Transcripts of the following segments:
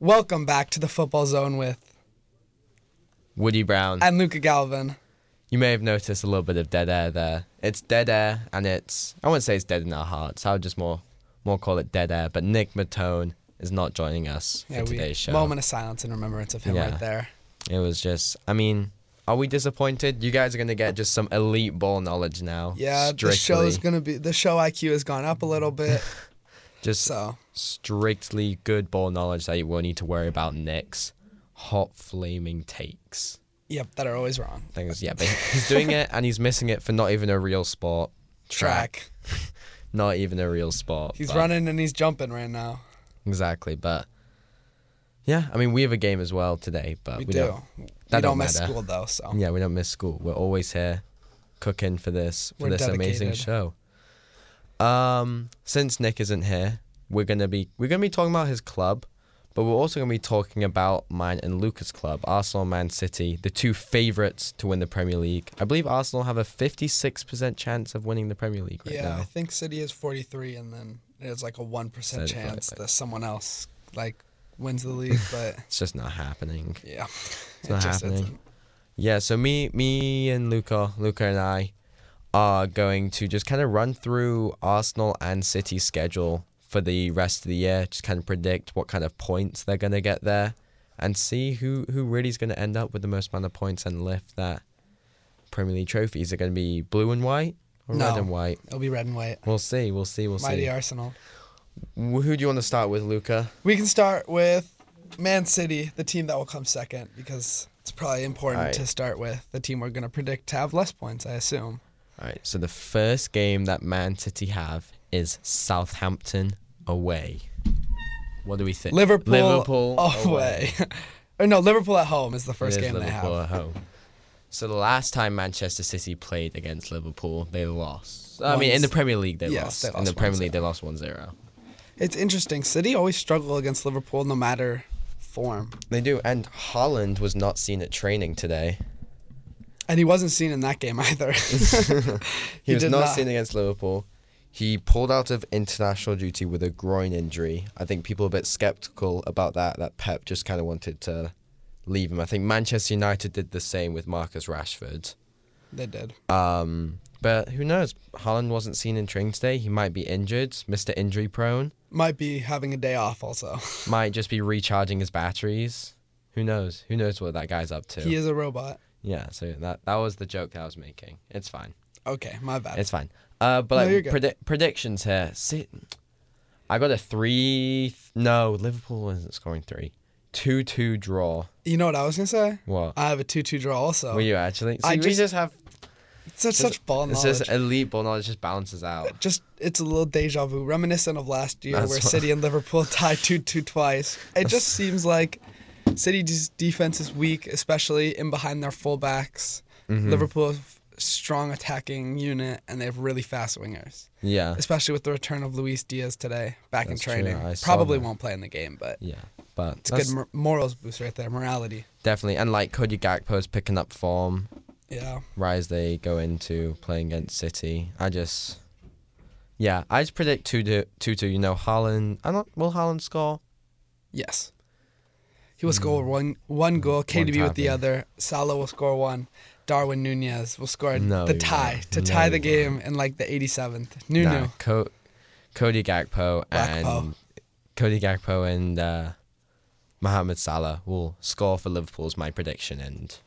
Welcome back to the Football Zone with Woody Brown. and Luca Galvin. you may have noticed a little bit of dead air there. It's dead air, and it's I wouldn't say it's dead in our hearts. I would just more more call it dead air. But Nick Matone is not joining us for today's show. moment of silence in remembrance of him Yeah. right there. It was just. I mean, are we disappointed? You guys are gonna get just some elite ball knowledge now. Yeah, strictly. the show's gonna be the show IQ has gone up a little bit. just so strictly good ball knowledge that you won't need to worry about Nick's hot flaming takes. yep, that are always wrong. Things. Yeah, but he's doing it and he's missing it for not even a real sport. Track. Not even a real sport. He's but- running and he's jumping right now. Exactly, but yeah, I mean we have a game as well today, but We, Uh, we, do. don't. we that don't don't miss matter. school though, so Yeah, we don't miss school. We're always here, cooking for this for We're this amazing dedicated. show. Um, since Nick isn't here, we're gonna be we're gonna be talking about his club, but we're also gonna be talking about mine and Lucas' club, Arsenal, and Man City, the two favorites to win the Premier League. I believe Arsenal have a fifty-six percent chance of winning the Premier League right yeah. I now. think City is 43, and then there's like a one percent Said it like chance that. that someone else like wins the league, but It's just not happening. yeah, It's not happening. Yeah, so me me and Luca, Luca and I are going to just kind of run through Arsenal and City's schedule for the rest of the year, just kind of predict what kind of points they're going to get there and see who who really is going to end up with the most amount of points and lift that Premier League trophy. Is it going to be blue and white or No. red and white? It'll be red and white. We'll see, we'll see, we'll Mighty see. Arsenal. Wh- Who do you want to start with, Luca? We can start with Man City, the team that will come second, because it's probably important Alright. to start with the team we're going to predict to have less points, I assume. All right, so the first game that Man City have is Southampton away. What do we think? Liverpool, Liverpool away. or no, Liverpool at home is the It is first game Liverpool they at have. home. So the last time Manchester City played against Liverpool, they lost. I mean, in the Once- Premier League, they, Yes, lost. they In lost the Premier 1-0. League, they lost 1-0. It's interesting. City always struggle against Liverpool no matter form. They do, and Holland was not seen at training today. And he wasn't seen in that game either. He, was did not, seen against Liverpool. He pulled out of international duty with a groin injury. I think people are a bit skeptical about that. That Pep just kind of wanted to leave him. I think Manchester United did the same with Marcus Rashford. They did. Um, but who knows? Holland wasn't seen in training today. He might be injured, Mr. Injury Prone. Might be having a day off also. Might just be recharging his batteries. Who knows? Who knows what that guy's up to? He is a robot. yeah, so that, that was the joke that I was making. It's fine. Okay, my bad. It's fine. Uh, but No, like you're good. predi- predictions here. See, I got a three. no, Liverpool wasn't scoring three. Two-two draw. you know what I was going to say? What? I have a 2 2 draw also. Were you actually? See, Oh. I we just- just have. it's such, such ball knowledge. It's just elite ball knowledge. Just balances out. just it's a little deja vu, reminiscent of last year That's where what- City and Liverpool tied two two twice. It just seems like City's defense is weak, especially in behind their fullbacks. Mm-hmm. Liverpool have strong attacking unit and they have really fast wingers, Yeah. especially with the return of Luis Diaz today back That's in true, training. I saw Probably that. won't play in the game, but Yeah. But it's a that's good mor- morals boost right there, morality. definitely and like Cody Gakpo's picking up form. Yeah, rise they go into playing against City. I just, yeah, I just predict two two two two. You know, Haaland. I don't. Will Haaland score? yes. He will score Hmm. one one goal, KDB with the tapping. other. Salah will score one. Darwin Nunez will score No, the he tie won't. to No, tie the he game in like the 87th. Nunu. Nah, Co- Cody Gakpo and Gakpo. Cody Gakpo and uh, Mohamed Salah will score for Liverpool's my prediction. And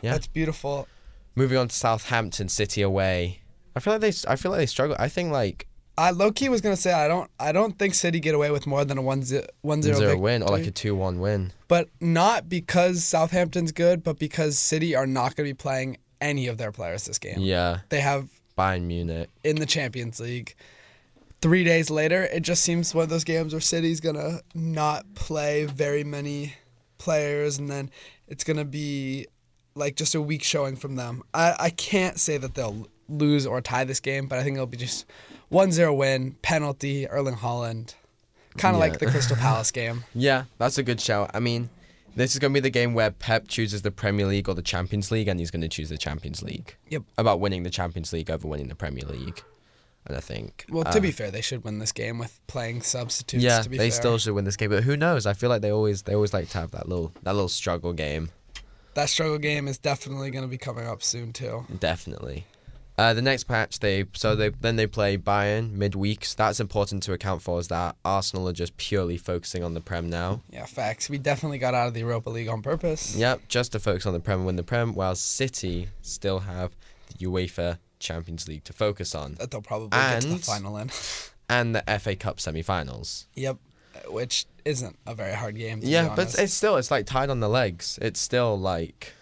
yeah, That's beautiful. moving on to Southampton City away. I feel like they. I feel like they struggle. I think like I low key was gonna say I don't I don't think City get away with more than a 1-0 1-0 zero victory, win or like a two one win. but not because Southampton's good, but because City are not gonna be playing any of their players this game. Yeah, They have Bayern Munich. in the Champions League. Three days later, it just seems one of those games where City's gonna not play very many players, and then it's gonna be like just a weak showing from them. I, I can't say that they'll lose or tie this game, but I think it'll be just 1-0 win, penalty, Erling Holland, kind of Yeah. like the Crystal Palace game. Yeah, that's a good shout. I mean, this is going to be the game where Pep chooses the Premier League or the Champions League, and he's going to choose the Champions League. Yep. About winning the Champions League over winning the Premier League. And I think. Well, to um, be fair, they should win this game with playing substitutes. yeah, to be they fair. still should win this game, but who knows? I feel like they always they always like to have that little that little struggle game. that struggle game is definitely going to be coming up soon too. Definitely. Uh, the next patch, they so they then they play Bayern midweek. So that's important to account for is that Arsenal are just purely focusing on the Prem now. Yeah, facts. We definitely got out of the Europa League on purpose. Yep, just to focus on the Prem and win the Prem, while City still have the UEFA Champions League to focus on That they'll probably get to the And- final in. and the FA Cup semi-finals. yep, which isn't a very hard game. To be yeah, but it's, honest. it's still it's like tied on the legs. It's still like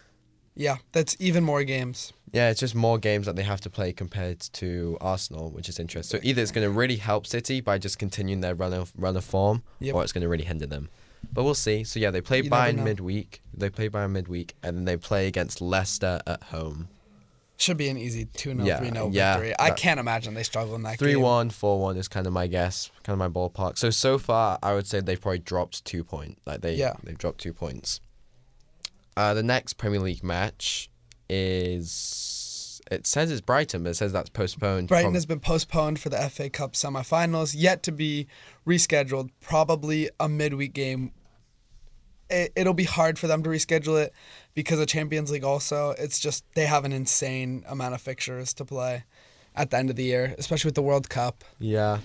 yeah, that's even more games. yeah, it's just more games that they have to play compared to Arsenal, which is interesting. So either it's going to really help City by just continuing their run of run of form, Yep. or it's going to really hinder them. But we'll see. So yeah, they play You never Bayern know. midweek. They play Bayern midweek, and then they play against Leicester at home. Should be an easy 2 0, Yeah, 3 0 yeah, victory. I that- can't imagine they struggle in that Three game. one, four one is kind of my guess, kind of my ballpark. So so far, I would say they've probably dropped two point. Like they Yeah. they've dropped two points. Uh, the next Premier League match is it says it's Brighton, but it says that's postponed. Brighton from- has been postponed for the FA Cup semifinals, yet to be rescheduled. Probably a midweek game. It, it'll be hard for them to reschedule it because of Champions League. Also, it's just they have an insane amount of fixtures to play at the end of the year, especially with the World Cup. Yeah,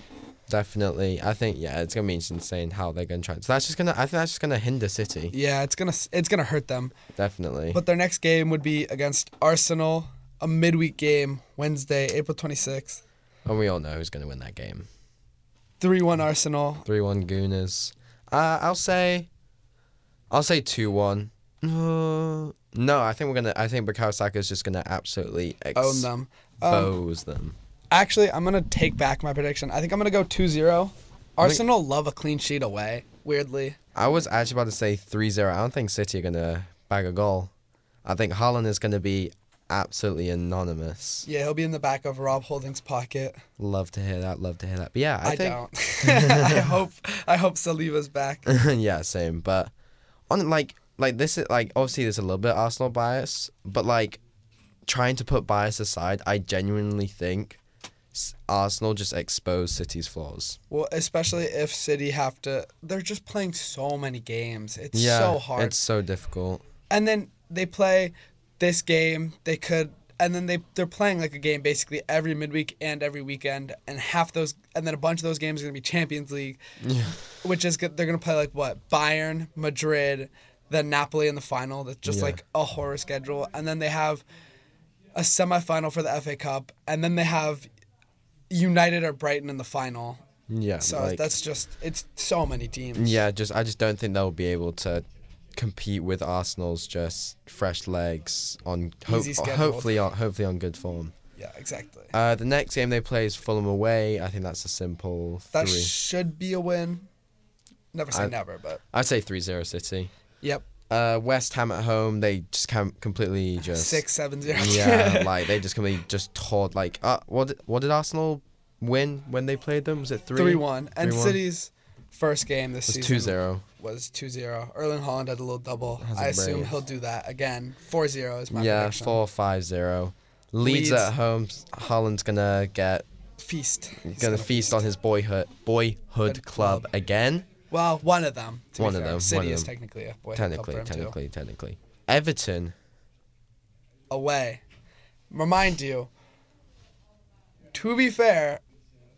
definitely. I think yeah, it's gonna be insane how they're gonna try. So that's just gonna. I think that's just gonna hinder City. Yeah, it's gonna s- it's gonna hurt them. Definitely. But their next game would be against Arsenal, a midweek game Wednesday, April twenty sixth. and we all know who's gonna win that game. Three one Arsenal. Three one Gooners. Uh, I'll say, I'll say two one. Uh, no, I think we're gonna. I think Bukayo Saka is just gonna absolutely Own expose them. them. Oh, Um, Actually, I'm going to take back my prediction. I think I'm going to go 2 0. Arsenal love a clean sheet away, weirdly. I was actually about to say 3-0. I don't think City are gonna bag a goal. I think Haaland is gonna be absolutely anonymous. Yeah, he'll be in the back of Rob Holding's pocket. Love to hear that. Love to hear that. But yeah, I, I, think don't. I hope I hope Saliba's back. yeah, same. But on like like this is like obviously there's a little bit of Arsenal bias, but like trying to put bias aside, I genuinely think S- Arsenal just exposed City's flaws. Well, especially if City have to they're just playing so many games. It's yeah, so hard. It's so difficult. And then they play this game, they could and then they they're playing like a game basically every midweek and every weekend and half those and then a bunch of those games are going to be Champions League. which is good. They're gonna play like what Bayern, Madrid, then Napoli in the final. That's just Yeah. like a horror schedule, and then they have a semifinal for the FA Cup, and then they have United or Brighton in the final. Yeah. So like, that's just it's so many teams. yeah. Just I just don't think they'll be able to compete with Arsenal's just fresh legs on ho- Easy schedule. hopefully on hopefully on good form. yeah, exactly. Uh, the next game they play is Fulham away. I think that's a simple That three. should be a win. Never say I- never, but I'd say 3-0 City. yep, uh, West Ham at home, they just can completely just six seven zero. yeah, like they just completely just tore like uh, what did, what did Arsenal win when they played them? Was it three three one, and 3-1. City's first game this It was season. 2-0. was 2-0. Erling Holland had a little double. Has a I assume brace. he'll do that again. 4-0 is my Yeah, prediction. four five zero. Leeds, Leeds- at home. Haaland's gonna get Feast. He's gonna, feast on his boyhood boyhood Good club, club. again. Well, one of them. To One be of fair. them, City one of is them. technically a boy. Technically, technically, technically. Everton. Away. Remind you, to be fair,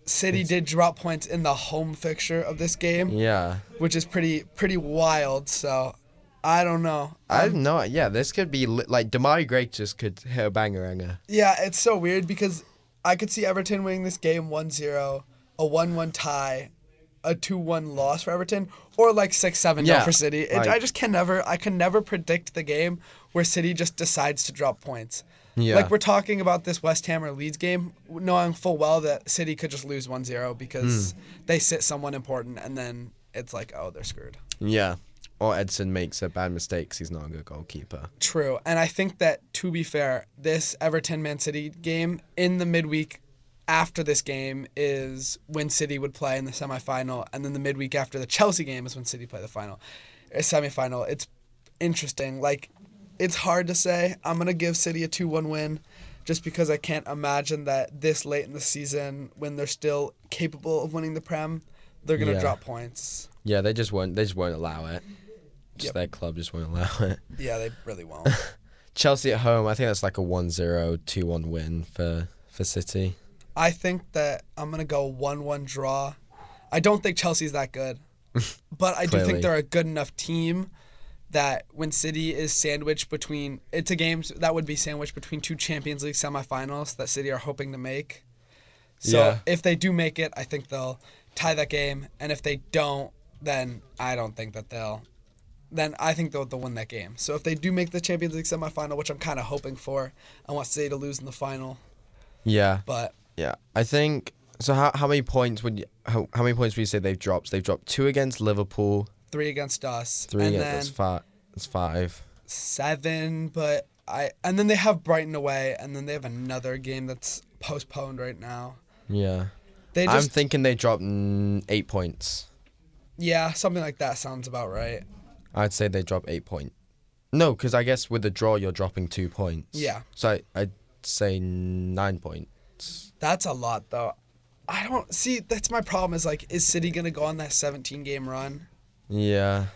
City did drop points in the home fixture of this game, Yeah, which is pretty pretty wild. So, I don't know. I have no. Yeah, this could be li- like Damari Gray just could hit a banger banger. Yeah, it's so weird because I could see Everton winning this game 1 0, a 1 1 tie, a 2 1 loss for Everton, or like 6 7 Yeah, for City. It, like- I just can never, I can never predict the game where City just decides to drop points. Yeah. Like we're talking about this West Ham or Leeds game, knowing full well that City could just lose 1 0 because Hmm. they sit someone important and then it's like, oh, they're screwed. Yeah. Or Edson makes a bad mistake 'cause he's not a good goalkeeper. True. And I think that, to be fair, this Everton Man City game in the midweek after this game is when City would play in the semifinal. And then the midweek after the Chelsea game is when City play the final, uh, semifinal. It's interesting. Like, it's hard to say. I'm going to give City a 2 1 win just because I can't imagine that this late in the season, when they're still capable of winning the Prem, they're gonna Yeah. drop points. Yeah, they just won't. They just won't allow it. Just Yep. their club just won't allow it. Yeah, they really won't. Chelsea at home. I think that's like a 1-0, 2-1 win for for City. I think that I'm gonna go one-one draw. I don't think Chelsea's that good, but I do Clearly. think they're a good enough team that when City is sandwiched between it's a game s- that would be sandwiched between two Champions League semifinals that City are hoping to make. So Yeah. if they do make it, I think they'll tie that game, and if they don't, then I don't think that they'll. Then I think they'll, they'll win that game. So if they do make the Champions League semifinal, which I'm kind of hoping for, I want City to lose in the final, Yeah. but. Yeah. I think. So how, how many points would you, how, how many points would you say they've dropped? So they've dropped two against Liverpool, three against us, three and against then that's five. That's five. seven. But I and then they have Brighton away, and then they have another game that's postponed right now. Yeah. They I'm just thinking they dropped mm, eight points. yeah, something like that sounds about right. I'd say they drop eight point. No, because I guess with the draw you're dropping two points. Yeah. So I, I'd say nine points. That's a lot though. I don't see. That's my problem. Is like, is City gonna go on that 17 game run? Yeah.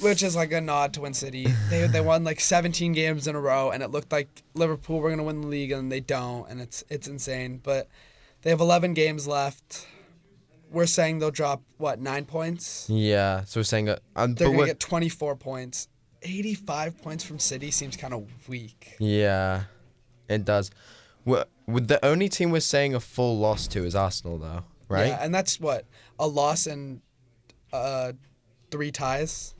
Which is like a nod to when City they they won like 17 games in a row, and it looked like Liverpool were gonna win the league, and they don't, and it's it's insane. But they have 11 games left. We're saying they'll drop what nine points. Yeah. So we're saying that. Um, They're but going we're- to get 24 points. 85 points from City seems kind of weak. Yeah, it does. We're, we the only team we're saying a full loss to is Arsenal, though, right? Yeah, and that's what? A loss and uh, three ties?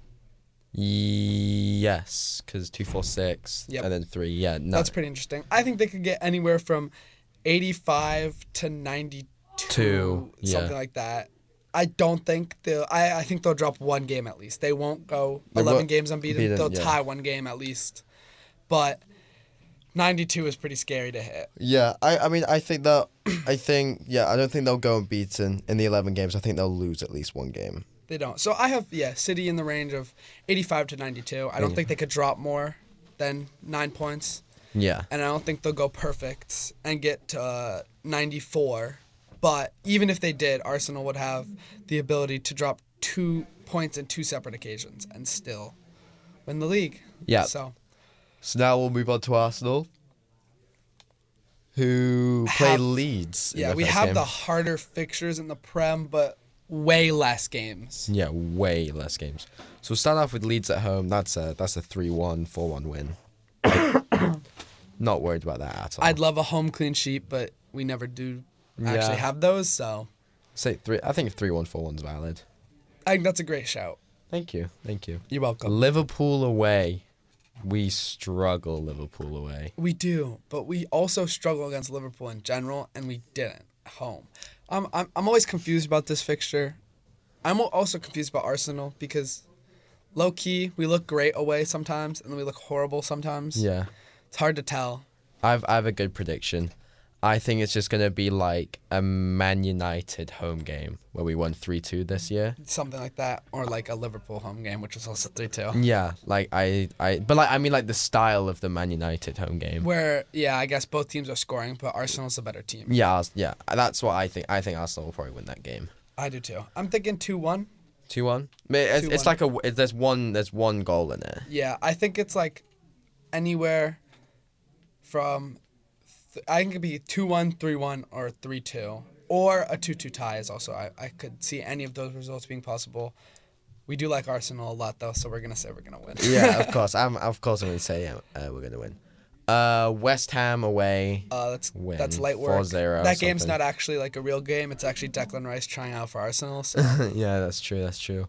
Yes, because two, four, six, Yep. and then three. Yeah, no, That's pretty interesting. I think they could get anywhere from 85 to 92, Two, yeah. something like that. I don't think they'll. I, I think they'll drop one game at least. They won't go They 11 won't- games unbeaten. beaten, they'll yeah. tie one game at least. But 92 is pretty scary to hit. yeah. I, I mean, I think that, I think, yeah, I don't think they'll go unbeaten in the eleven games. I think they'll lose at least one game. They don't. So I have yeah, City in the range of 85 to 92. I don't think they could drop more than nine points, Yeah, and I don't think they'll go perfect and get to uh, 94. But even if they did, Arsenal would have the ability to drop two points in two separate occasions and still win the league. Yeah. So So now we'll move on to Arsenal, who play Have- Leeds. in yeah, their we first have game. the harder fixtures in the Prem, but way less games. Yeah, way less games. So we'll start off with Leeds at home. That's a that's a 3-1, 4-1 win. Not worried about that at all. I'd love a home clean sheet, but we never do actually Yeah. have those. So say three. I think 3-1, 4-1's valid. I think that's a great shout. Thank you, thank you. You're welcome. Liverpool away. We struggle Liverpool away. We do, but we also struggle against Liverpool in general, and we didn't at home. Um, I'm, I'm always confused about this fixture. I'm al- also confused about Arsenal because low key, we look great away sometimes, and then we look horrible sometimes. Yeah, It's hard to tell. I've I have a good prediction. I think it's just gonna be like a Man United home game where we won 3-2 this year. Something like that, or like a Liverpool home game, which was also 3 2. Yeah, like I I but like I mean like the style of the Man United home game. Where, yeah, I guess both teams are scoring, but Arsenal's a better team. Yeah, Ars- yeah, that's what I think. I think Arsenal will probably win that game. I do too. I'm thinking 2 1. Two one. It's, it's 2-1. like a it, there's one there's one goal in it. Yeah, I think it's like anywhere from th- I think it could be 2-1, 3-1 or 3-2 or a 2-2 tie is also I, I could see any of those results being possible. We do like Arsenal a lot though, so we're going to say we're going to win. Yeah, of course. I'm of course I'm gonna say yeah, uh, we're gonna win. Uh, West Ham away. Uh, that's Win, that's light work. 4-0 or that game's something. not actually like a real game. It's actually Declan Rice trying out for Arsenal. So yeah, that's true. That's true.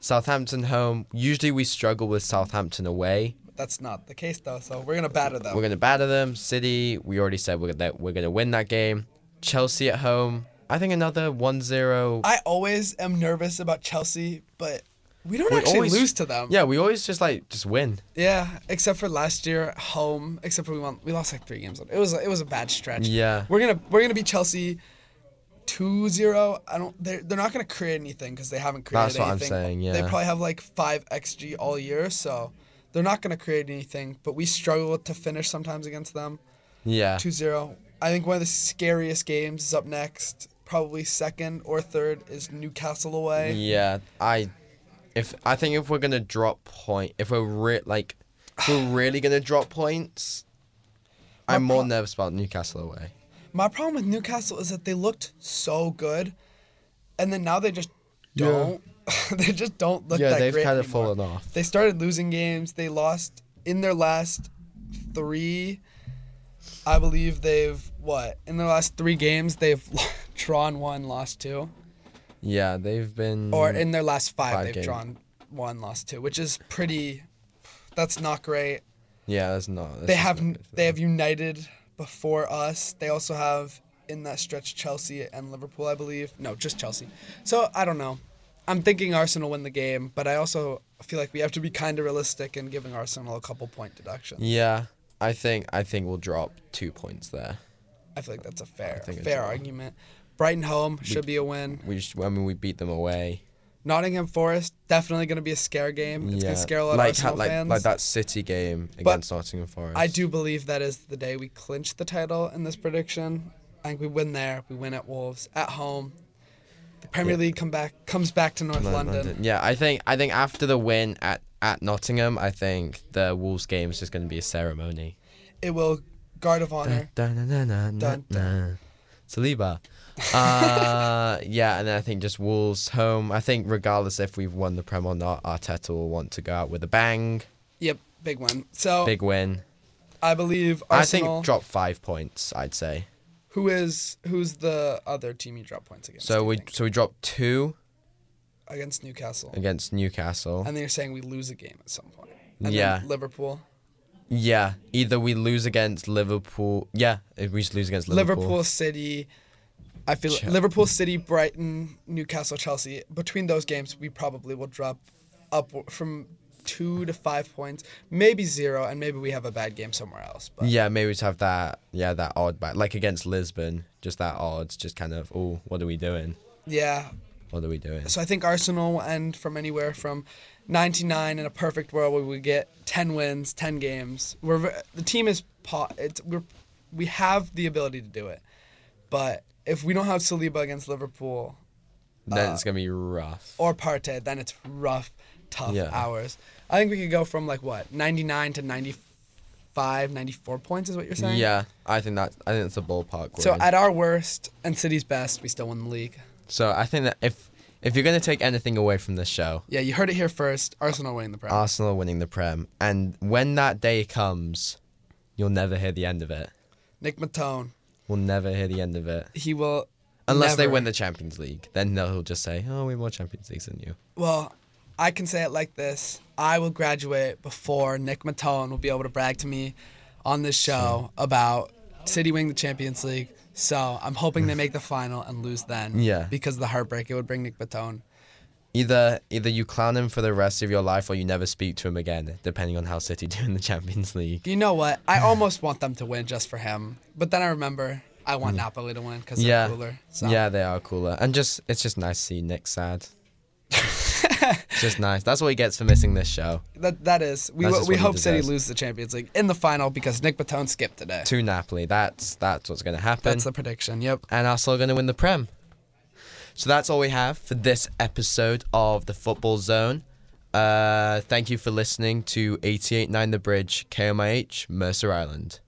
Southampton home. Usually we struggle with Southampton away. that's not the case though. So we're gonna batter them. We're gonna batter them. City. We already said we're that we're gonna win that game. Chelsea at home. I think another 1-0. I always am nervous about Chelsea, but we don't We actually always- lose to them. Yeah, we always just like just win. Yeah, except for last year at home. Except for we won, we lost like three games. It was it was a bad stretch. Yeah. we're gonna we're gonna beat Chelsea 2-0. I don't. They're they're not gonna create anything because they haven't created That's what I'm anything. saying, they yeah. probably have like five xg all year, so they're not gonna create anything. But we struggle to finish sometimes against them. Yeah. 2-0. I think one of the scariest games is up next. Probably second or third is Newcastle away. Yeah. I if I think if we're gonna drop point if we're re- like if we're really gonna drop points, I'm more pro- nervous about Newcastle away. My problem with Newcastle is that they looked so good, and then now they just Yeah. don't. they just don't look yeah, that they've great kind of anymore. fallen off. They started losing games. They lost in their last three. I believe they've what in their last three games they've drawn one, lost two, Yeah, they've been or in their last 5 Mm. Five five they've games. drawn one, lost two, which is pretty. That's not great. Yeah, that's not that's they just have not good for they them. have United before us. They also have in that stretch Chelsea and Liverpool, I believe. No, just Chelsea. So I don't know. I'm thinking Arsenal win the game, but I also feel like we have to be kind of realistic in giving Arsenal a couple point deduction. Yeah. I think I think we'll drop two points there. I feel like that's a fair think it's fair all. argument. Brighton home should be a win. We just I mean we beat them away. Nottingham Forest definitely going to be a scare game. It's yeah. going to scare a lot like, of Arsenal like, fans. Like that City game against Nottingham Forest. I do believe that is the day we clinch the title in this prediction. I think we win there. We win at Wolves at home. The Premier Yeah. League come back comes back to North Lo- London. Yeah, I think I think after the win at at Nottingham, I think the Wolves game is just going to be a ceremony. It will guard of honor. Dun, Dun-dun-dun-dun-dun. Saliba. Uh, yeah, and then I think just Wolves home. I think regardless if we've won the Prem or not, Arteta will want to go out with a bang, Yep, big one. So big win. I believe I Arsenal. think drop five points. I'd say. who is who's the other team you drop points against? do So you we think? so we drop two against Newcastle, against Newcastle. and then you're saying we lose a game at some point. And Yeah. Then Liverpool. Yeah, either we lose against Liverpool. Yeah, if we just lose against Liverpool. Liverpool, City. I feel Chel- Liverpool City, Brighton, Newcastle, Chelsea. Between those games, we probably will drop up from two to five points, maybe zero, and maybe we have a bad game somewhere else. But Yeah, maybe just have that. Yeah, that odd back, like against Lisbon, just that odds, just kind of. Oh, what are we doing? yeah, What are we doing? so I think Arsenal will end from anywhere from 99 in a perfect world where we get 10 wins, 10 games. We're ve- the team is po- it's we're we have the ability to do it, but if we don't have Saliba against Liverpool, then it's gonna be rough. uh, or Partey, then it's rough, tough Yeah. hours. I think we could go from like what 99 to 95, 94 points is what you're saying. yeah, I think that's. I think that's a ballpark. So win. at our worst and City's best, we still win the league. so I think that if if you're gonna take anything away from this show, Yeah, you heard it here first. Arsenal winning the Prem. Arsenal winning the Prem, and when that day comes, you'll never hear the end of it. Nick Matone, We'll never hear the end of it he will. unless they never- win the Champions League. Then they'll just say, "Oh, we won more Champions Leagues than you." Well, I can say it like this: I will graduate before Nick Matone will be able to brag to me on this show about City winning the Champions League. So I'm hoping they make the final and lose then. Yeah. Because of the heartbreak it would bring Nick Matone. Either either you clown him for the rest of your life or you never speak to him again, depending on how City do in the Champions League. You know what? I almost want them to win just for him, but then I remember I want Napoli to win because they're Hmm. yeah. cooler. So. Yeah, they are cooler. And just it's just nice to see Nick sad. It's just nice. That's what he gets for missing this show. that that is. We w- That's just we what he hope City deserves. lose the Champions League in the final because Nick Batone skipped today. To Napoli. That's that's what's gonna happen. That's the prediction. Yep. and Arsenal are going to win the Prem. So that's all we have for this episode of the Football Zone. Uh, thank you for listening to 889 The Bridge, KMIH, Mercer Island.